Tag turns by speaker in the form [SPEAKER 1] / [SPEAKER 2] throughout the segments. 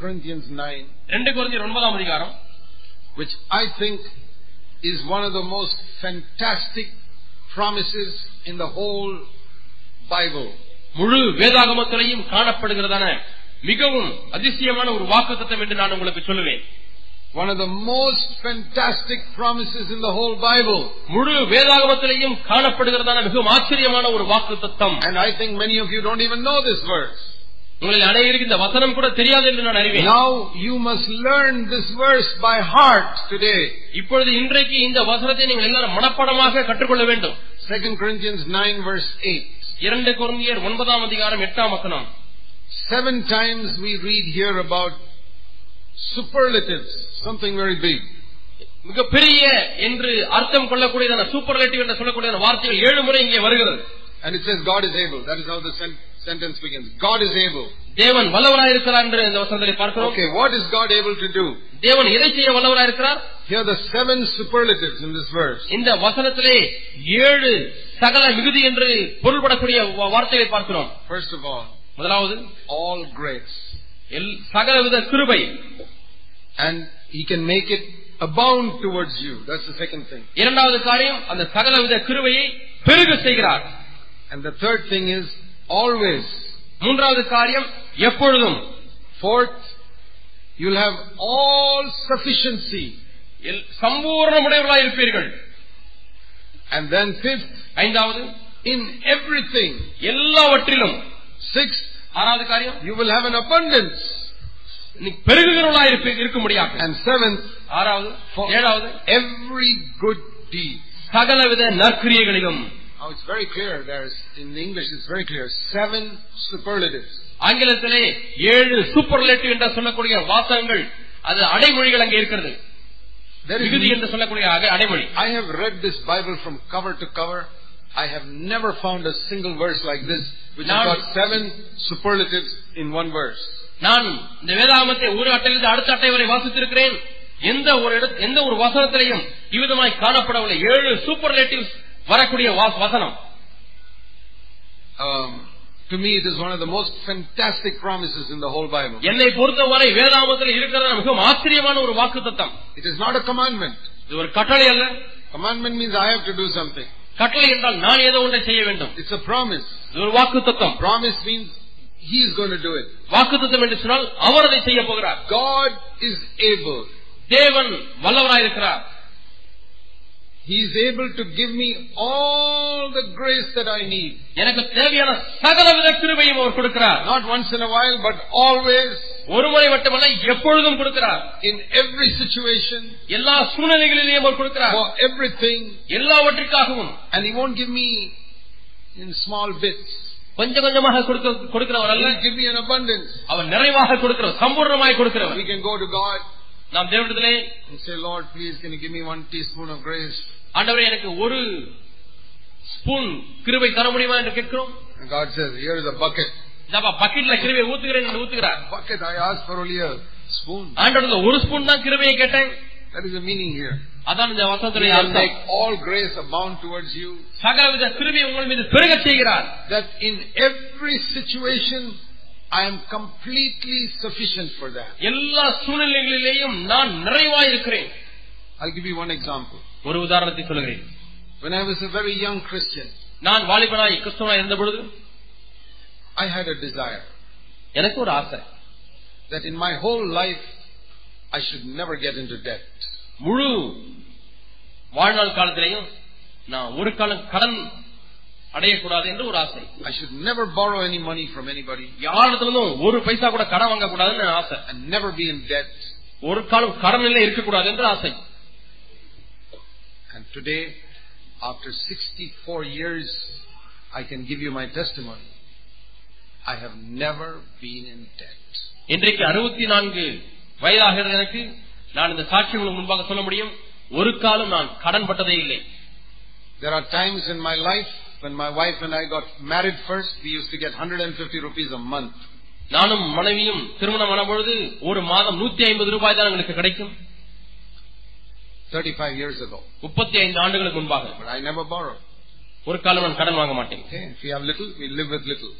[SPEAKER 1] Corinthians 9,
[SPEAKER 2] 2 கொரிந்தியர் ஒன்பதாம் அதிகாரம்
[SPEAKER 1] which I think is one of the most fantastic promises in the whole Bible.
[SPEAKER 2] முழு வேதாகமத்திலையும் காணப்படுகிறதான மிகவும் அதிசயமான ஒரு வாக்குத்தத்தம் என்று நான் உங்களுக்கு சொல்லுவேன்
[SPEAKER 1] One of the most fantastic promises in the whole Bible.
[SPEAKER 2] முழு வேதாகமத்திலையும் காணப்படுகிறதான மிகவும் ஆச்சரியமான ஒரு வாக்குத்தத்தம்
[SPEAKER 1] And I think many of you don't even know this verse.
[SPEAKER 2] உங்களில் அனைவருக்கு இந்த வசனம் கூட தெரியாது என்று நான் அறிவேன்
[SPEAKER 1] Now you must learn this verse by heart today.
[SPEAKER 2] இப்பொழுது இன்றைக்கு இந்த வசனத்தை நீங்கள் எல்லாரும் மனப்பாடமாக கற்றுக்கொள்ள வேண்டும்
[SPEAKER 1] 2 Corinthians 9 verse 8.
[SPEAKER 2] இரண்டு கொரிந்தியர் ஒன்பதாம் அதிகாரம் எட்டாம் வசனம்
[SPEAKER 1] Seven times we read here about superlatives, something very big.
[SPEAKER 2] மிகப்பெரிய என்று அர்த்தம் கொள்ளக்கூடியதான சூப்பர்லேட்டிவ் என்று சொல்லக்கூடியதான வார்த்தைகள் ஏழு முறை இங்கே வருகிறது
[SPEAKER 1] And it says God is able. That is how the sen- sentence begins. God is able.
[SPEAKER 2] தேவன் வல்லவராயிருக்கிறார் என்று இந்த வசனத்தை பார்க்கிறோம்
[SPEAKER 1] Okay, what is God able to do?
[SPEAKER 2] தேவன் எதை செய்ய வல்லவராயிருக்கிறார்
[SPEAKER 1] Here are the seven superlatives in this verse.
[SPEAKER 2] இந்த வசனத்திலே ஏழு சகல மிகுதி என்று பொருள்படக்கூடிய வா- வார்த்தைகளை பார்க்கிறோம்
[SPEAKER 1] First of all,
[SPEAKER 2] முதலாவது
[SPEAKER 1] all grace.
[SPEAKER 2] எல் சகலவித கிருபை
[SPEAKER 1] And He can make it abound towards you. That's the second thing.
[SPEAKER 2] இரண்டாவது காரியம் அந்த சகலவித கிருபையை பெருக செய்கிறார்
[SPEAKER 1] And the third thing is always.
[SPEAKER 2] மூன்றாவது காரியம் எப்பொழுதும்
[SPEAKER 1] Fourth, you'll have all sufficiency.
[SPEAKER 2] எல் சம்பூர்ணமுடையவர்களாக இருப்பீர்கள்
[SPEAKER 1] And then fifth,
[SPEAKER 2] ஐந்தாவது
[SPEAKER 1] in everything.
[SPEAKER 2] எல்லாவற்றிலும்
[SPEAKER 1] Sixth,
[SPEAKER 2] ஆறாவது காரியம்
[SPEAKER 1] you will have an abundance.
[SPEAKER 2] நீ பெருகுகிறவர்களா இருப்ப- இருக்க முடியாது
[SPEAKER 1] And seventh,
[SPEAKER 2] ஆறாவது
[SPEAKER 1] for
[SPEAKER 2] ஏழாவது
[SPEAKER 1] every good deed.
[SPEAKER 2] சகலவித நற்கிரியைகளிலும்
[SPEAKER 1] Now Oh, it's very clear. There's in the English, it's very clear. Seven superlatives.
[SPEAKER 2] ஆங்கிலத்திலே ஏழு சூப்பர்லேட்டிவ் என்று சொல்லக்கூடிய வாசகங்கள் அது அடைமொழிகள் அங்கே இருக்கிறது
[SPEAKER 1] There
[SPEAKER 2] மிகுதி
[SPEAKER 1] is.
[SPEAKER 2] என்று சொல்லக்கூடிய அக- அடைமொழி
[SPEAKER 1] I have read this Bible from cover to cover. I have never found a single verse like this, which
[SPEAKER 2] Now-
[SPEAKER 1] has got seven superlatives in one verse.
[SPEAKER 2] நான் இந்த வேதாகமத்தை ஒரு அட்டையிலிருந்து அடுத்த அட்டை வரை வாசித்திருக்கிறேன் எந்த ஒரு இடத்- எந்த ஒரு வசனத்திலையும் இவ்விதமாய் காணப்படவில்லை ஏழு சூப்பர்லேட்டிவ்ஸ் வரக்கூடிய வா- வசனம்
[SPEAKER 1] Um, to me, it is one of the most fantastic promises in the whole Bible.
[SPEAKER 2] என்னை பொறுத்தவரை வேதாகமத்தில் இருக்கிறது மிகவும் ஆச்சரியமான ஒரு வாக்கு தத்தம்
[SPEAKER 1] It is not a commandment.
[SPEAKER 2] இது ஒரு கட்டளை அல்ல
[SPEAKER 1] Commandment means I have to do something.
[SPEAKER 2] கட்டளை என்றால் நான் ஏதோ ஒன்றை செய்ய வேண்டும்
[SPEAKER 1] It's a promise.
[SPEAKER 2] இது ஒரு வாக்கு தத்தம்
[SPEAKER 1] Promise means He is going to do it.
[SPEAKER 2] வாக்குத்தத்தம் என்று சொன்னால் அவர் அதை செய்ய போகிறார்
[SPEAKER 1] God is able.
[SPEAKER 2] தேவன் வல்லவராயிருக்கிறார்
[SPEAKER 1] He is able to give me all the grace that I need.
[SPEAKER 2] எனக்கு தேவையான சகலவித கிருபையும் அவர் கொடுக்கிறார்
[SPEAKER 1] Not once in a while, but always,
[SPEAKER 2] ஒருமுறை மட்டுமல்ல எப்பொழுதும் கொடுக்கிறார்
[SPEAKER 1] in every situation,
[SPEAKER 2] எல்லா சூழ்நிலைகளிலேயும் அவர் கொடுக்கிறார்
[SPEAKER 1] for everything.
[SPEAKER 2] எல்லாவற்றிற்காகவும்
[SPEAKER 1] And He won't give me in small bits.
[SPEAKER 2] கொஞ்சம் கொஞ்சமாக கொடுக்க- கொடுக்கிறவர் அல்ல
[SPEAKER 1] He'll give me an abundance.
[SPEAKER 2] அவர் நிறைவாக கொடுக்கிறவர் சம்பூர்ணமாய் கொடுக்கிறவர்
[SPEAKER 1] We can go to God
[SPEAKER 2] நாம் தேவனிடத்திலே
[SPEAKER 1] and say, Lord, please, can you give me one teaspoon of grace?
[SPEAKER 2] ஆண்டவரே எனக்கு ஒரு ஸ்பூன் கிருபை தர முடியுமா என்று கேட்கிறோம்
[SPEAKER 1] And God says, here is a bucket.
[SPEAKER 2] இதாப்பா பக்கெட்ல கிருபை ஊத்துகிறேன் என்று ஊத்துகிறார்
[SPEAKER 1] Bucket, I asked for only a spoon.
[SPEAKER 2] ஆண்டவர்கள் ஒரு ஸ்பூன் தான் கிருபையை கேட்டேன்
[SPEAKER 1] That is the meaning here.
[SPEAKER 2] அதான் இந்த
[SPEAKER 1] He
[SPEAKER 2] வசனத்துடைய
[SPEAKER 1] will make
[SPEAKER 2] அர்த்தம்
[SPEAKER 1] all grace abound towards you.
[SPEAKER 2] சகலவித கிருபை உங்கள் மீது பெருக செய்கிறார்
[SPEAKER 1] that in every situation I am completely sufficient for that.
[SPEAKER 2] எல்லா சூழ்நிலைகளிலேயும் நான் நிறைவாய் இருக்கிறேன்
[SPEAKER 1] I'll give you one example.
[SPEAKER 2] ஒரு உதாரணத்தை சொல்கிறேன்
[SPEAKER 1] When I was a very young Christian,
[SPEAKER 2] நான் வாலிபனாய் கிறிஸ்தவனாய் இருந்த பொழுது
[SPEAKER 1] I had a desire
[SPEAKER 2] எனக்கு ஒரு ஆசை
[SPEAKER 1] that in my whole life I should never get into debt.
[SPEAKER 2] முழு வாழ்நாள் காலத்திலேயும் நான் ஒரு காலம் கடன் அடையக்கூடாது என்று ஒரு ஆசை
[SPEAKER 1] I should never borrow any money from anybody
[SPEAKER 2] யாரிடத்திலும் ஒரு பைசா கூட கடன் வாங்கக்கூடாதுன்னு ஆசை
[SPEAKER 1] and never be in debt.
[SPEAKER 2] ஒரு காலம் கடனில் இருக்கக்கூடாது என்று ஆசை
[SPEAKER 1] And today, after 64 years, I can give you my testimony. I have never been in debt.
[SPEAKER 2] இன்றைக்கு அறுபத்தி நான்கு வயதாகிறது எனக்கு நான் இந்த சாட்சி உங்களுக்கு முன்பாக சொல்ல முடியும் ஒரு காலம் நான் கடன் பட்டதே இல்லை
[SPEAKER 1] There are times in my life when my wife and I got married first, we used to get 150 rupees a month.
[SPEAKER 2] நானும் மனைவியும் திருமணமான பொழுது ஒரு மாதம் நூத்தி ஐம்பது ரூபாய் தான் எங்களுக்கு கிடைக்கும்
[SPEAKER 1] 35 years ago.
[SPEAKER 2] முப்பத்தி ஐந்து ஆண்டுகளுக்கு முன்பாக
[SPEAKER 1] But I never borrow.
[SPEAKER 2] ஒரு காலம் நான் கடன் வாங்க மாட்டேன்
[SPEAKER 1] Okay? If we have little, we live with little.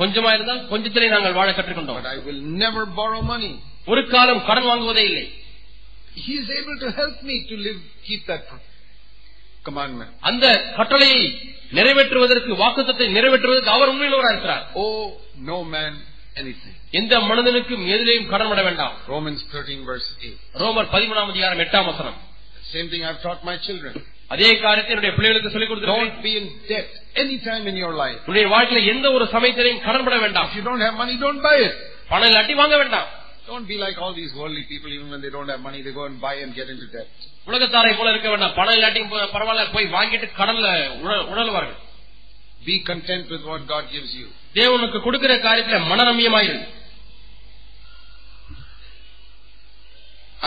[SPEAKER 2] கொஞ்சமா இருந்தால் கொஞ்சத்திலே நாங்கள் வாழ கற்றுக்கொண்டோம்
[SPEAKER 1] But I will never borrow money.
[SPEAKER 2] ஒரு காலம் கடன் வாங்குவதே இல்லை
[SPEAKER 1] He is able to help me to live, keep that pro- commandment.
[SPEAKER 2] அந்த கட்டளையை நிறைவேற்றுவதற்கு வாக்குத்தத்தை நிறைவேற்றுவதற்கு அவர் உண்மையிலவராக இருக்கிறார்
[SPEAKER 1] Owe Oh, no man anything.
[SPEAKER 2] எந்த மனிதனுக்கும் எதிரையும் கடன் விட வேண்டாம்
[SPEAKER 1] Romans 13 verse 8.
[SPEAKER 2] ரோமர் பதிமூணாம் அதிகாரம் எட்டாம் வசனம்
[SPEAKER 1] Same thing I've taught my children.
[SPEAKER 2] அதே காரியத்தை என்னுடைய பிள்ளைகளுக்கு சொல்லிக்
[SPEAKER 1] Don't
[SPEAKER 2] கொடுத்து
[SPEAKER 1] be in debt any time in your life.
[SPEAKER 2] உன்னுடைய வாழ்க்கையில எந்த ஒரு சமயத்திலையும் கடன் பட வேண்டாம்
[SPEAKER 1] If you don't have money, don't buy it.
[SPEAKER 2] பணம் இல்லாட்டி வாங்க வேண்டாம்
[SPEAKER 1] Don't be like all these worldly people, even when they don't have money, they go and buy and get into debt.
[SPEAKER 2] உலகத்தாரை போல இருக்க வேண்டாம் பணம் இல்லாட்டியும் ப- பரவாயில்ல போய் வாங்கிட்டு கடல்ல உழ- உழலுவார்கள்
[SPEAKER 1] Be content with what God gives you.
[SPEAKER 2] தேவனுக்கு கொடுக்கிற காரியத்துல மனரமியமாயிரு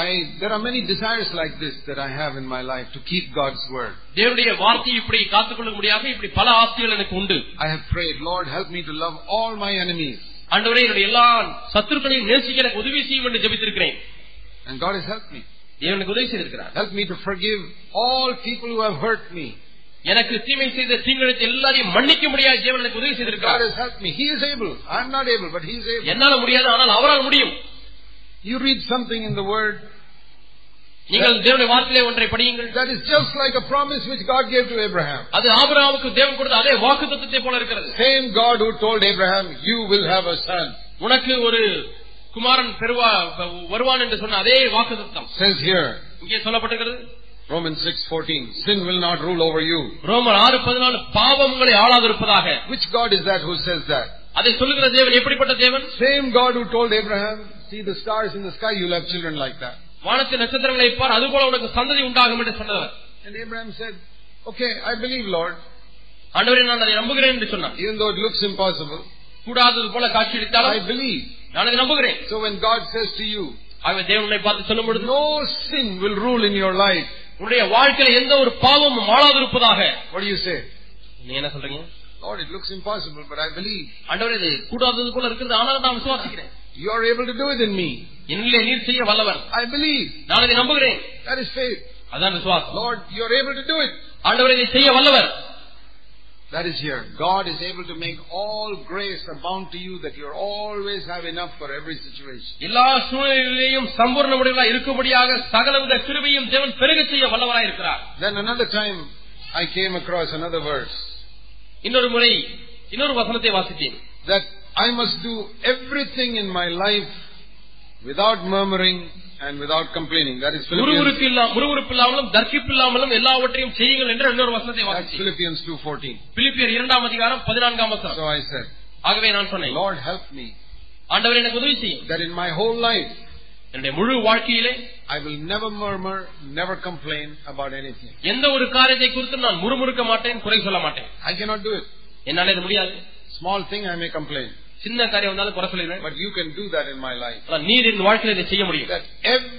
[SPEAKER 1] I, there are many desires like this that I have in my life to keep God's word.
[SPEAKER 2] தேவனுடைய வார்த்தையை இப்படி காத்துக்கொள்ள முடியாம இப்படி பல ஆசைகள் எனக்கு உண்டு
[SPEAKER 1] I have prayed, Lord, help me to love all my enemies.
[SPEAKER 2] ஆண்டவரே என்னுடைய எல்லா சத்துருக்களையும் நேசிக்க எனக்கு உதவி செய்யும் என்று ஜெபித்திருக்கிறேன்
[SPEAKER 1] And God has helped me.
[SPEAKER 2] தேவனுக்கு உதவி செய்திருக்கிறார்
[SPEAKER 1] Help me to forgive all people who have hurt me.
[SPEAKER 2] எனக்கு தீமை செய்த தீங்கிழைத்த எல்லாரையும் மன்னிக்க முடியாத தேவன் எனக்கு உதவி
[SPEAKER 1] God
[SPEAKER 2] செய்திருக்கிறார்
[SPEAKER 1] has helped me. He is able. I'm not able, but He is able.
[SPEAKER 2] என்னால முடியாது ஆனால் அவரால் முடியும்
[SPEAKER 1] You read something in the Word
[SPEAKER 2] நீங்கள் தேவனுடைய வார்த்தையிலே ஒன்றை படியுங்கள்
[SPEAKER 1] that is just like a promise which God gave to Abraham.
[SPEAKER 2] அது ஆபிரகாமுக்கு தேவன் கொடுத்த அதே வாக்கு தத்துவத்தை போல இருக்கிறது
[SPEAKER 1] Same God who told Abraham, You will have a son,
[SPEAKER 2] உனக்கு ஒரு குமாரன் பெறுவா வருவான் என்று சொன்ன அதே வாக்கு தத்துவம்
[SPEAKER 1] says here.
[SPEAKER 2] இங்கே சொல்லப்பட்டிருக்கிறது
[SPEAKER 1] Romans 6:14 Sin will not rule over you.
[SPEAKER 2] ரோமர் ஆறு பதினாலு பாவம் உங்களை ஆளாதிருப்பதாக
[SPEAKER 1] Which God is that who says that?
[SPEAKER 2] அதை சொல்லுகிற தேவன் எப்படிப்பட்ட தேவன்
[SPEAKER 1] Same God who told Abraham, see the stars in the sky, you'll have children like that.
[SPEAKER 2] வானத்து நட்சத்திரங்களை பார் அதுபோல உனக்கு சந்ததி உண்டாகும் என்று சொன்னவர்
[SPEAKER 1] And Abraham said, okay, I believe Lord,
[SPEAKER 2] ஆண்டவரே நான் அதை நம்புகிறேன் என்று சொன்னார்
[SPEAKER 1] even though it looks impossible,
[SPEAKER 2] கூடாதது போல
[SPEAKER 1] I
[SPEAKER 2] காட்சியளித்தாலும்
[SPEAKER 1] believe.
[SPEAKER 2] நான் அதை நம்புகிறேன்
[SPEAKER 1] So when God says to you,
[SPEAKER 2] ஆகவே தேவனை பார்த்து சொல்லும் பொழுது
[SPEAKER 1] no sin will rule in your life,
[SPEAKER 2] உன்னுடைய வாழ்க்கையில எந்த ஒரு பாவமும் ஆளாதிருப்பதாக
[SPEAKER 1] what do you say?
[SPEAKER 2] நீ என்ன சொல்றீங்க
[SPEAKER 1] Lord, it looks impossible, but I believe.
[SPEAKER 2] ஆண்டவரே இது கூடாதது போல இருக்கிறது ஆனால் நான் விசுவாசிக்கிறேன்
[SPEAKER 1] You are able to do it in me.
[SPEAKER 2] என்னிலே நீர் செய்ய வல்லவர்
[SPEAKER 1] I believe.
[SPEAKER 2] நான் இதை நம்புகிறேன்
[SPEAKER 1] That is faith.
[SPEAKER 2] அதான் விசுவாசம்
[SPEAKER 1] Lord, you are able to do it.
[SPEAKER 2] ஆண்டவரே இதை செய்ய வல்லவர்
[SPEAKER 1] That is here. God is able to make all grace abound to you that you always have enough for every situation.
[SPEAKER 2] எல்லா சூழ்நிலையிலேயும் சம்பூர்ண முடிவுகளா இருக்கும்படியாக சகலவித கிருபையும் தேவன் பெருக செய்ய வல்லவராய் இருக்கிறார்
[SPEAKER 1] Then another time, I came across another verse
[SPEAKER 2] இன்னொரு முறை இன்னொரு வசனத்தை வாசித்தேன்
[SPEAKER 1] that I must do everything in my life without murmuring and without complaining. That is Philippians,
[SPEAKER 2] முறுமுறுப்பு இல்லா- முறுமுறுப்பு இல்லாமலும் தர்க்கிப்பு இல்லாமலும் எல்லாவற்றையும் செய்யுங்கள் என்று இன்னொரு வசனத்தை
[SPEAKER 1] that's
[SPEAKER 2] வாசித்தேன்
[SPEAKER 1] Philippians 2.14.
[SPEAKER 2] பிலிப்பியர் இரண்டாம் அதிகாரம் பதினான்காம் வசனம்
[SPEAKER 1] So I said,
[SPEAKER 2] ஆகவே நான் சொன்னேன்
[SPEAKER 1] Lord help me
[SPEAKER 2] ஆண்டவர் எனக்கு உதவி செய்யும்
[SPEAKER 1] that in my whole life
[SPEAKER 2] என்னுடைய முழு வாழ்க்கையிலே
[SPEAKER 1] I will never murmur, never complain about anything.
[SPEAKER 2] எந்த ஒரு காரியத்தை குறித்து நான் முறுமுறுக்க மாட்டேன் குறை சொல்ல மாட்டேன்
[SPEAKER 1] I cannot do it.
[SPEAKER 2] என்னால இது முடியாது
[SPEAKER 1] Small thing I may complain.
[SPEAKER 2] சின்ன காரியம் வந்தாலும் குறை சொல்லிடுவேன்
[SPEAKER 1] But you can do that in my life.
[SPEAKER 2] ஆனா நீர் என் வாழ்க்கையில இதை செய்ய முடியும்
[SPEAKER 1] that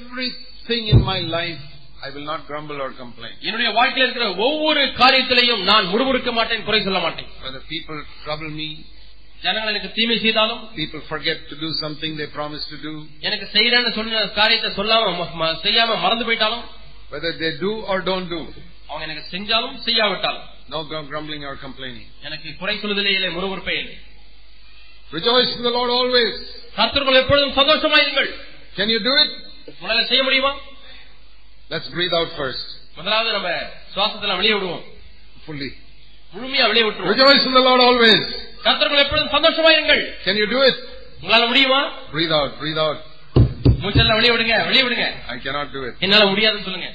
[SPEAKER 1] everything in my life I will not grumble or complain.
[SPEAKER 2] என்னுடைய வாழ்க்கையில் இருக்கிற ஒவ்வொரு காரியத்திலையும் நான் முறுமுறுக்க மாட்டேன் குறை சொல்ல மாட்டேன்
[SPEAKER 1] Whether people trouble me,
[SPEAKER 2] ஜனங்கள் எனக்கு தீமை செய்தாலும்
[SPEAKER 1] people forget to do something they promised to do,
[SPEAKER 2] எனக்கு செய்யறேன்னு சொன்ன காரியத்தை சொல்லாம ம- ம- செய்யாம மறந்து போயிட்டாலும்
[SPEAKER 1] whether they do or don't do,
[SPEAKER 2] அவங்க எனக்கு செஞ்சாலும் செய்யாவிட்டாலும்
[SPEAKER 1] no grum- grumbling or complaining.
[SPEAKER 2] எனக்கு குறை சொல்லுதலே இல்லை முறுமுறுப்பே இல்லை
[SPEAKER 1] Rejoice in the Lord always.
[SPEAKER 2] கர்த்தருக்குள் எப்பொழுதும் சந்தோஷமாயிருங்கள்
[SPEAKER 1] Can you do it?
[SPEAKER 2] உங்களால செய்ய முடியுமா
[SPEAKER 1] Let's breathe out first,
[SPEAKER 2] முதலாவது நம்ம சுவாசத்துல வெளியே விடுவோம்
[SPEAKER 1] fully.
[SPEAKER 2] முழுமையா வெளியே விட்டுருவோம்
[SPEAKER 1] Rejoice in the Lord always.
[SPEAKER 2] கர்த்தருக்குள் எப்பொழுதும் சந்தோஷமாயிருங்கள்
[SPEAKER 1] Can you do it?
[SPEAKER 2] உங்களால முடியுமா
[SPEAKER 1] Breathe out, breathe out.
[SPEAKER 2] மூச்செல்லாம் வெளியே விடுங்க வெளியே விடுங்க
[SPEAKER 1] I cannot do it.
[SPEAKER 2] என்னால முடியாதுன்னு சொல்லுங்க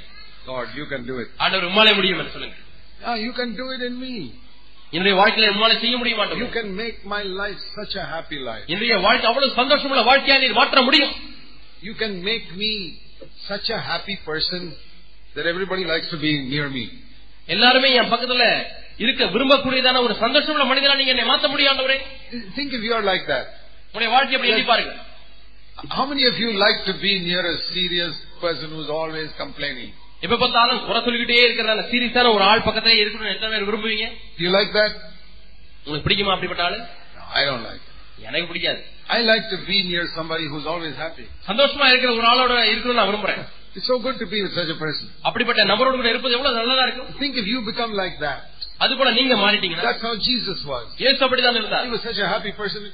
[SPEAKER 1] Lord, you can do it.
[SPEAKER 2] ஆண்டவர் உம்மாலே முடியும் என்று சொல்லுங்க
[SPEAKER 1] Ah, you can do it in me.
[SPEAKER 2] என்னுடைய வாழ்க்கையில உம்மால செய்ய முடிய
[SPEAKER 1] You
[SPEAKER 2] மாட்டோம்
[SPEAKER 1] can make my life such a happy life.
[SPEAKER 2] என்னுடைய வாழ்க்கை அவ்வளவு சந்தோஷமுள்ள வாழ்க்கையா நீர் மாற்ற முடியும்
[SPEAKER 1] You can make me such a happy person that everybody likes to be near me.
[SPEAKER 2] எல்லாருமே என் பக்கத்துல இருக்க விரும்பக்கூடியதான ஒரு சந்தோஷமுள்ள மனிதனா நீங்க என்னை மாத்த முடியும் ஆண்டவரே
[SPEAKER 1] Think if you are like that.
[SPEAKER 2] உங்களுடைய வாழ்க்கை எப்படி எண்ணி பாருங்க
[SPEAKER 1] How many of you like to be near a serious person who's always complaining?
[SPEAKER 2] எப்ப பார்த்தாலும் குறை சொல்லிக்கிட்டே இருக்கிற சீரியஸான ஒரு ஆள் பக்கத்திலே இருக்கணும் எத்தனை பேர் விரும்புவீங்க
[SPEAKER 1] Do you like that?
[SPEAKER 2] உங்களுக்கு பிடிக்குமா அப்படிப்பட்ட ஆளு
[SPEAKER 1] No, I don't like it.
[SPEAKER 2] எனக்கு பிடிக்காது
[SPEAKER 1] I like to be near somebody who's always happy.
[SPEAKER 2] சந்தோஷமா இருக்கிற ஒரு ஆளோட இருக்கணும்னு நான் விரும்புறேன்
[SPEAKER 1] It's so good to be with such a person.
[SPEAKER 2] அப்படிப்பட்ட நபரோடு கூட இருப்பது எவ்வளவு நல்லதா இருக்கும்
[SPEAKER 1] Think if you become like that.
[SPEAKER 2] அது போல நீங்க மாறிட்டீங்கன்னா
[SPEAKER 1] That's how Jesus was.
[SPEAKER 2] இயேசு அப்படிதான் இருந்தார்
[SPEAKER 1] He was such a happy person.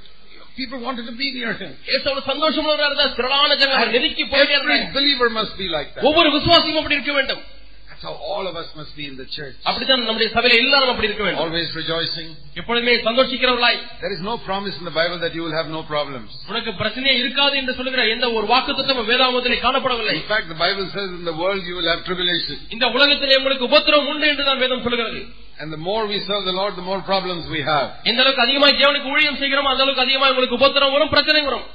[SPEAKER 1] People wanted to be near him.
[SPEAKER 2] ஏசோட சந்தோஷமுள்ளவரா இருந்தால் திரளான ஜனம் அவர் நெருங்கி போயிட்டே
[SPEAKER 1] Every
[SPEAKER 2] இருந்தாங்க
[SPEAKER 1] believer must be like that.
[SPEAKER 2] ஒவ்வொரு விசுவாசியும் அப்படி இருக்க வேண்டும்
[SPEAKER 1] That's how all of us must be in the church.
[SPEAKER 2] அப்படித்தான் நம்முடைய சபையில எல்லாரும் அப்படி இருக்க வேண்டும்
[SPEAKER 1] Always rejoicing.
[SPEAKER 2] எப்பொழுதுமே சந்தோஷிக்கிறவர்களாய்
[SPEAKER 1] There is no promise in the Bible that you will have no problems.
[SPEAKER 2] உனக்கு பிரச்சனையே இருக்காது என்று சொல்லுகிற எந்த ஒரு வாக்குத்தத்தமும் வேதாமத்திலே காணப்படவில்லை
[SPEAKER 1] In fact, the Bible says in the world you will have tribulation.
[SPEAKER 2] இந்த உலகத்திலே உங்களுக்கு உபத்திரம் உண்டு என்றுதான் வேதம் சொல்லுகிறது
[SPEAKER 1] And the more we serve the Lord, the more problems we have.
[SPEAKER 2] எந்த அளவுக்கு அதிகமாய் தேவனுக்கு ஊழியம் செய்கிறோம் அந்த அளவுக்கு அதிகமா உங்களுக்கு உபத்திரம் வரும் பிரச்சனை வரும்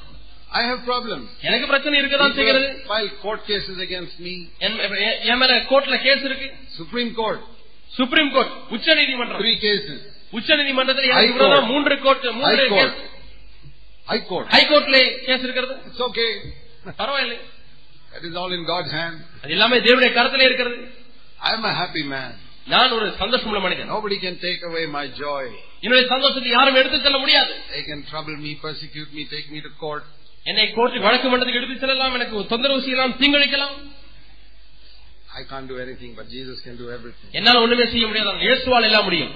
[SPEAKER 1] I have problems.
[SPEAKER 2] எனக்கு பிரச்சனை
[SPEAKER 1] People
[SPEAKER 2] இருக்கதான் செய்கிறது
[SPEAKER 1] file court cases against me.
[SPEAKER 2] என் எ- என் மேல கோர்ட்ல கேஸ் இருக்கு
[SPEAKER 1] Supreme Court,
[SPEAKER 2] சுப்ரீம் கோர்ட் உச்ச நீதிமன்றம்
[SPEAKER 1] three cases.
[SPEAKER 2] உச்ச நீதிமன்றத்தில்
[SPEAKER 1] High
[SPEAKER 2] எனக்கு விரோதமா
[SPEAKER 1] court.
[SPEAKER 2] மூன்று கோர்ட் மூன்று
[SPEAKER 1] High court.
[SPEAKER 2] Case
[SPEAKER 1] High Court.
[SPEAKER 2] ஹைகோர்ட்ல கேஸ் இருக்கிறது
[SPEAKER 1] It's okay.
[SPEAKER 2] பரவாயில்லை
[SPEAKER 1] That is all in God's hand.
[SPEAKER 2] அது எல்லாமே தேவனுடைய கருத்துல இருக்கிறது
[SPEAKER 1] I am a happy man.
[SPEAKER 2] நான் ஒரு சந்தோஷமுள்ள மனிதன்
[SPEAKER 1] Nobody can take away my joy.
[SPEAKER 2] என்னுடைய சந்தோஷத்தை யாரும் எடுத்து செல்ல முடியாது
[SPEAKER 1] They can trouble me, persecute me, take me to court.
[SPEAKER 2] என்னை கோர்ட்டு வழக்கு மன்றத்துக்கு எடுத்து செல்லலாம் எனக்கு தொந்தரவு செய்யலாம் தீங்கழிக்கலாம்
[SPEAKER 1] I can't do anything, but Jesus can do everything.
[SPEAKER 2] என்னால ஒண்ணுமே செய்ய முடியாது ஆனால் இயேசுவால் எல்லாம் முடியும்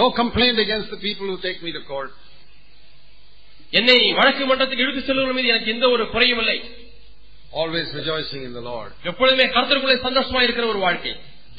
[SPEAKER 1] No complaint against the people who take me to court.
[SPEAKER 2] என்னை வழக்கு மன்றத்துக்கு எடுத்து செல்வதன் மீது எனக்கு எந்த ஒரு குறையும் இல்லை
[SPEAKER 1] Always rejoicing in the Lord.
[SPEAKER 2] எப்பொழுதுமே கருத்தருக்குள்ளே சந்தோஷமா இருக்கிற ஒரு வாழ்க்கை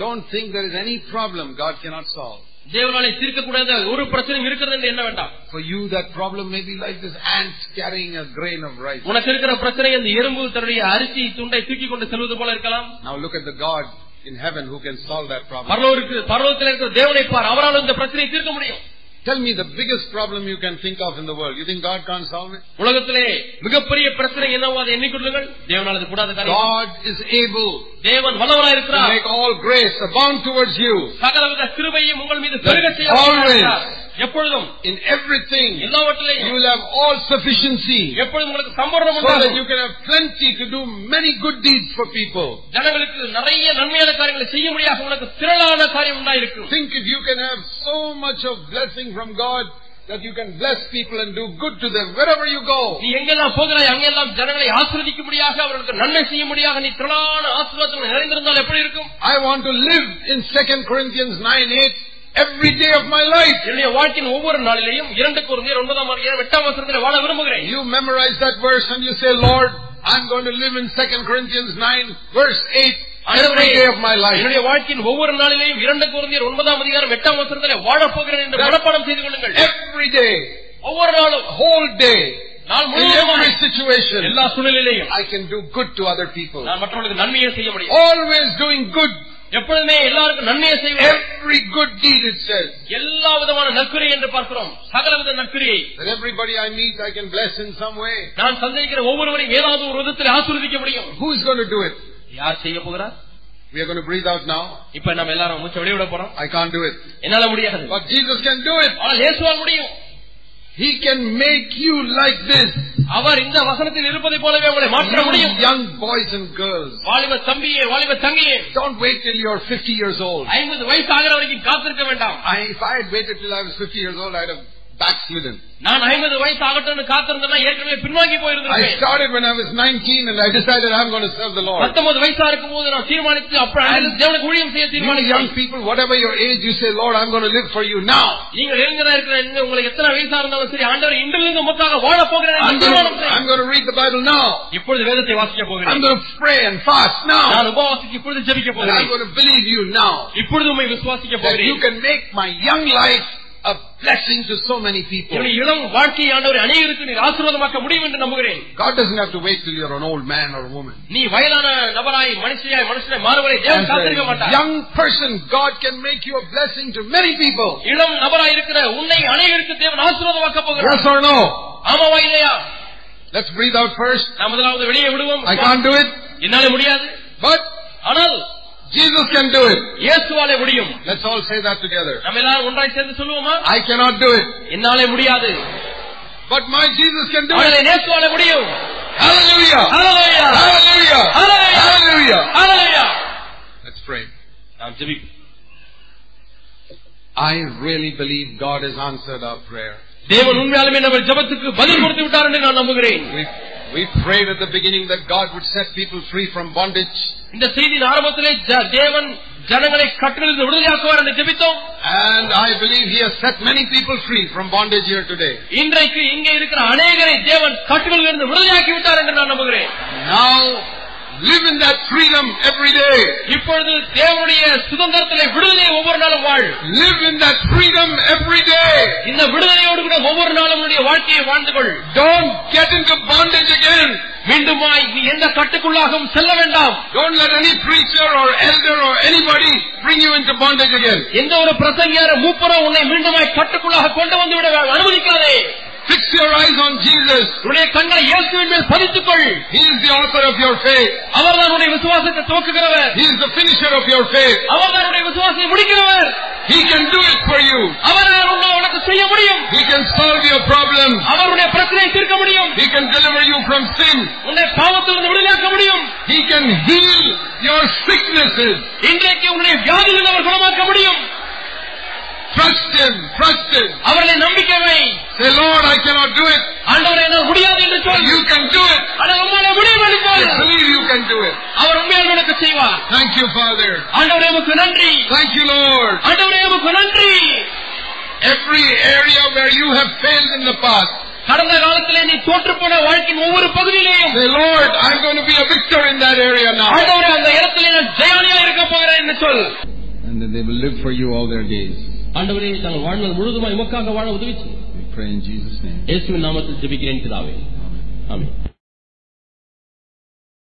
[SPEAKER 1] Don't think there is any problem God cannot solve.
[SPEAKER 2] தேவனாலே தீர்க்கக்கூடாத ஒரு பிரச்சனையும் இருக்கிறது என்று எண்ண வேண்டாம்
[SPEAKER 1] For you, that problem may be like this ant carrying a grain of rice.
[SPEAKER 2] உனக்கு இருக்கிற பிரச்சனை அந்த எறும்பு தன்னுடைய அரிசி துண்டை தூக்கி கொண்டு செல்வது போல இருக்கலாம்
[SPEAKER 1] Now look at the God in heaven who can solve that problem.
[SPEAKER 2] பரலோருக்கு பரலோகத்தில் இருக்கிற தேவனை பார் அவரால் இந்த பிரச்சனையை தீர்க்க முடியும்
[SPEAKER 1] Tell me the biggest problem you can think of in the world. You think God can't solve it?
[SPEAKER 2] உலகத்திலே மிகப்பெரிய பிரச்சனை என்னவோ அதை எண்ணிக்கொள்ளுங்கள் தேவனால் அது கூடாத காரியம்
[SPEAKER 1] God is able
[SPEAKER 2] தேவன் வல்லவராய்
[SPEAKER 1] to
[SPEAKER 2] இருக்கிறார்
[SPEAKER 1] make all grace abound towards you
[SPEAKER 2] சகலவித கிருபையும் உங்கள் மீது பெருக செய்ய
[SPEAKER 1] Always.
[SPEAKER 2] இருக்கிறார். எப்பொழுதும்
[SPEAKER 1] in everything. You
[SPEAKER 2] எல்லாவற்றிலையும்
[SPEAKER 1] will have all sufficiency
[SPEAKER 2] எப்பொழுதும் உங்களுக்கு சம்பூரணம்
[SPEAKER 1] so that you
[SPEAKER 2] உண்டாகும்
[SPEAKER 1] can have plenty to do many good deeds for people.
[SPEAKER 2] ஜனங்களுக்கு நிறைய நன்மையான காரியங்களை செய்ய முடியாது உனக்கு திரளான காரியம் உண்டாயிருக்கும்
[SPEAKER 1] Think if you can have so much of blessing from God that you can bless people and do good to them wherever you go.
[SPEAKER 2] நீ எங்கெல்லாம் போகிறாய் அங்கெல்லாம் ஜனங்களை ஆசிர்வதிக்க முடியாக அவர்களுக்கு நன்மை செய்ய முடியாக நீ திரளான ஆசீர்வாதங்கள் நிறைந்திருந்தால் எப்படி இருக்கும்
[SPEAKER 1] I want to live in 2 Corinthians 9 8 every day of my life.
[SPEAKER 2] என்னுடைய வாழ்க்கையின் ஒவ்வொரு நாளிலையும் இரண்டு குருந்தியர் ஒன்பதாம் அதிகாரம் எட்டாம் வசனத்தில் வாழ விரும்புகிறேன்
[SPEAKER 1] You memorize that verse and you say, Lord, I'm going to live in 2 Corinthians 9 verse 8 every day of my life.
[SPEAKER 2] என்னுடைய வாழ்க்கையின் ஒவ்வொரு நாளிலையும் இரண்டு குருந்தியர் ஒன்பதாம் அதிகாரம் எட்டாம் வசனத்தில் வாழப்போகிறேன் என்று மனப்பாடம் செய்து கொள்ளுங்கள்
[SPEAKER 1] Every day,
[SPEAKER 2] ஒவ்வொரு நாளும்
[SPEAKER 1] whole day,
[SPEAKER 2] நாள்
[SPEAKER 1] in
[SPEAKER 2] முழுவதும்
[SPEAKER 1] every situation,
[SPEAKER 2] எல்லா சூழ்நிலையிலையும்
[SPEAKER 1] I can do good to other people.
[SPEAKER 2] நான் மற்றவர்களுக்கு நன்மையை செய்ய முடியும்
[SPEAKER 1] Always doing good.
[SPEAKER 2] எப்பொழுதுமே எல்லாருக்கும் நன்மையை செய்வேன்
[SPEAKER 1] Every good deed, it says.
[SPEAKER 2] எல்லா விதமான நற்குறி என்று பார்க்கிறோம் சகலவித நற்குறியை
[SPEAKER 1] That everybody I meet, I can bless in some way.
[SPEAKER 2] நான் சந்திக்கிற ஒவ்வொருவரையும் ஏதாவது ஒரு விதத்தில் ஆசீர்வதிக்க முடியும்
[SPEAKER 1] Who is going to do it?
[SPEAKER 2] யார் செய்ய போகிறார்
[SPEAKER 1] We are going to breathe out now.
[SPEAKER 2] இப்ப நம்ம எல்லாரும் மூச்சு வெளியிட போறோம்
[SPEAKER 1] I can't do it.
[SPEAKER 2] என்னால முடியாது
[SPEAKER 1] But Jesus can do it.
[SPEAKER 2] ஆனால் இயேசுவால் முடியும்
[SPEAKER 1] He can make you like this.
[SPEAKER 2] அவர் இந்த வசனத்தில் இருப்பதை போலவே உங்களை மாற்ற முடியும்
[SPEAKER 1] You young boys and girls.
[SPEAKER 2] வாலிப தம்பியே வாலிப தங்கியே
[SPEAKER 1] Don't wait till you're 50 years old.
[SPEAKER 2] ஐம்பது வயசு ஆகிற வரைக்கும் காத்திருக்க வேண்டாம்
[SPEAKER 1] I, if I had waited till I was 50 years old, I'd have backslidden.
[SPEAKER 2] நான் ஐம்பது வயசு ஆகட்டும்னு காத்திருந்தேன்னா ஏற்கனவே பின்வாங்கி
[SPEAKER 1] I
[SPEAKER 2] போயிருந்தேன்
[SPEAKER 1] started when I was 19 and I decided I'm going to serve the Lord.
[SPEAKER 2] பத்தொன்பது வயசா இருக்கும் போது நான் தீர்மானித்து அப்புறம் தேவனுக்கு ஊழியம் செய்ய
[SPEAKER 1] You young
[SPEAKER 2] தீர்மானிக்கிறேன்
[SPEAKER 1] people, whatever your age, you say, Lord, I'm going to live for you now.
[SPEAKER 2] நீங்கள் இளைஞரா இருக்கிற இன்னும் உங்களுக்கு எத்தனை வயசா இருந்தாலும் சரி ஆண்டவர் இன்றிலிருந்து மொத்தாக வாழ போகிறேன்
[SPEAKER 1] I'm
[SPEAKER 2] என்று
[SPEAKER 1] going,
[SPEAKER 2] தீர்மானம்
[SPEAKER 1] to,
[SPEAKER 2] செய்.
[SPEAKER 1] I'm going to read the Bible now.
[SPEAKER 2] இப்பொழுது வேதத்தை வாசிக்க
[SPEAKER 1] I'm
[SPEAKER 2] போகிறேன்
[SPEAKER 1] going to pray and fast now.
[SPEAKER 2] நான் உபவாசிக்கு இப்பொழுது ஜெபிக்க
[SPEAKER 1] And I'm
[SPEAKER 2] போகிறேன்
[SPEAKER 1] going to believe you now.
[SPEAKER 2] இப்பொழுது உண்மை விசுவாசிக்க
[SPEAKER 1] That you
[SPEAKER 2] போகிறேன்
[SPEAKER 1] can make my young life a blessing to so many people.
[SPEAKER 2] என்னுடைய இளம் வாழ்க்கையை ஆண்டவர் அநேகருக்கு நீர் ஆசீர்வாதமாக்க முடியும் என்று நம்புகிறேன்
[SPEAKER 1] God doesn't have to wait till you're an old man or woman.
[SPEAKER 2] நீ வயதான நபராய் மனுஷியாய் மனுஷனை மாறுவதை
[SPEAKER 1] As
[SPEAKER 2] தேவன் காத்திருக்க
[SPEAKER 1] a
[SPEAKER 2] மாட்டார்
[SPEAKER 1] uh, young person, God can make you a blessing to many people.
[SPEAKER 2] இளம் நபராய் இருக்கிற உன்னை அநேகருக்கு தேவன் ஆசீர்வாதமாக்க
[SPEAKER 1] Yes
[SPEAKER 2] போகிறார்
[SPEAKER 1] or no?
[SPEAKER 2] ஆமாவா இல்லையா
[SPEAKER 1] Let's breathe out first.
[SPEAKER 2] நான் முதலாவது வெளியே விடுவோம்
[SPEAKER 1] I can't do it,
[SPEAKER 2] என்னால முடியாது
[SPEAKER 1] but
[SPEAKER 2] ஆனால்
[SPEAKER 1] Jesus can do it.
[SPEAKER 2] இயேசுவாலே முடியும்
[SPEAKER 1] Let's all say that together.
[SPEAKER 2] நம்ம எல்லாரும் ஒன்றாய் சேர்ந்து சொல்லுவோமா
[SPEAKER 1] I cannot do it,
[SPEAKER 2] என்னாலே முடியாது
[SPEAKER 1] but my Jesus can do
[SPEAKER 2] ஆனால்
[SPEAKER 1] it.
[SPEAKER 2] என் இயேசுவாலே முடியும்
[SPEAKER 1] Hallelujah!
[SPEAKER 2] Hallelujah
[SPEAKER 1] Hallelujah! Hallelujah!
[SPEAKER 2] Hallelujah
[SPEAKER 1] Let's pray.
[SPEAKER 2] நாம் ஜெபிப்போம்
[SPEAKER 1] I really believe God has answered our prayer.
[SPEAKER 2] தேவன் உண்மையாலுமே நம்ம ஜெபத்துக்கு பதில் கொடுத்து விட்டார் என்று நான் நம்புகிறேன்
[SPEAKER 1] We, we prayed at the beginning that God would set people free from bondage.
[SPEAKER 2] இந்த செய்தியின் ஆரம்பத்திலே ஜ- தேவன் ஜனங்களை கட்டிலிருந்து விடுதலையாக்குவார் என்று ஜெபித்தோம்
[SPEAKER 1] And I believe he has set many people free from bondage here today.
[SPEAKER 2] இன்றைக்கு இங்கே இருக்கிற அநேகரை தேவன் கட்டுகளிலிருந்து விடுதலையாக்கி விட்டார் என்று நான் நம்புகிறேன்
[SPEAKER 1] Now, live in that freedom every day.
[SPEAKER 2] இப்பொழுது தேவனுடைய சுதந்திரத்திலே விடுதலையை ஒவ்வொரு நாளும் வாழ்
[SPEAKER 1] Live in that freedom every day.
[SPEAKER 2] இந்த விடுதலையோடு கூட ஒவ்வொரு நாளும் உன்னுடைய வாழ்க்கையை வாழ்ந்து கொள்
[SPEAKER 1] Don't get into bondage again.
[SPEAKER 2] மீண்டுமாய் நீ எந்த கட்டுக்குள்ளாகவும் செல்ல வேண்டாம்
[SPEAKER 1] Don't let any preacher or elder or anybody bring you into bondage again.
[SPEAKER 2] எந்த ஒரு பிரசங்கியார மூப்பரோ உன்னை மீண்டுமாய் கட்டுக்குள்ளாக கொண்டு வந்து விட அனுமதிக்காதே
[SPEAKER 1] Fix your eyes on Jesus.
[SPEAKER 2] உன்னுடைய கண்களை இயேசுவின் மேல் பதித்துக்கொள்
[SPEAKER 1] He is the author of your faith.
[SPEAKER 2] அவர்தான் உன்னுடைய விசுவாசத்தை துவக்குகிறவர்
[SPEAKER 1] He is the finisher of your faith.
[SPEAKER 2] அவர்தான் உன்னுடைய விசுவாசத்தை முடிக்கிறவர்
[SPEAKER 1] He can do it for you.
[SPEAKER 2] அவர்தான் உன்னை- உனக்கு செய்ய முடியும்
[SPEAKER 1] He can solve your problem.
[SPEAKER 2] அவருடைய பிரச்சனையை தீர்க்க முடியும்
[SPEAKER 1] He can deliver you from sin.
[SPEAKER 2] உன்னை பாவத்திலிருந்து விடுதலையாக்க முடியும்
[SPEAKER 1] He can heal your sicknesses.
[SPEAKER 2] இன்றைக்கு உன்னுடைய வியாதியில் அவர் குணமாக்க முடியும்
[SPEAKER 1] Trust Him. Trust Him.
[SPEAKER 2] அவர்களை நம்பிக்கை வை
[SPEAKER 1] Say, Lord, I cannot do it.
[SPEAKER 2] ஆண்டவரை என்னால் முடியாது என்று சொல்
[SPEAKER 1] You can do it.
[SPEAKER 2] ஆனால் உம்மாலே முடியும் என்று
[SPEAKER 1] I
[SPEAKER 2] சொல்
[SPEAKER 1] believe you can do it.
[SPEAKER 2] அவர் உண்மையாக உனக்கு செய்வார்
[SPEAKER 1] Thank you, Father.
[SPEAKER 2] ஆண்டவரே உமக்கு நன்றி
[SPEAKER 1] Thank you, Lord.
[SPEAKER 2] ஆண்டவரே உமக்கு நன்றி
[SPEAKER 1] Every area where you have failed in the past,
[SPEAKER 2] கடந்த காலத்திலே நீ தோற்று போன வாழ்க்கையின் ஒவ்வொரு பகுதியிலேயும்
[SPEAKER 1] say, Lord, I'm going to be a victor in that area now.
[SPEAKER 2] ஆண்டவரே அந்த இடத்திலே நான் ஜெயானியா இருக்க போகிறேன் என்று சொல்
[SPEAKER 3] and that they will live for you all their days.
[SPEAKER 2] ஆண்டவரே தாங்கள் வாழ்நாள் முழுதுமா உமக்காக வாழ உதவி செய்யும்
[SPEAKER 3] We pray in Jesus' name.
[SPEAKER 2] இயேசுவின் நாமத்தில் ஜெபிக்கிறேன் பிதாவே
[SPEAKER 3] Amen.
[SPEAKER 2] ஆமென்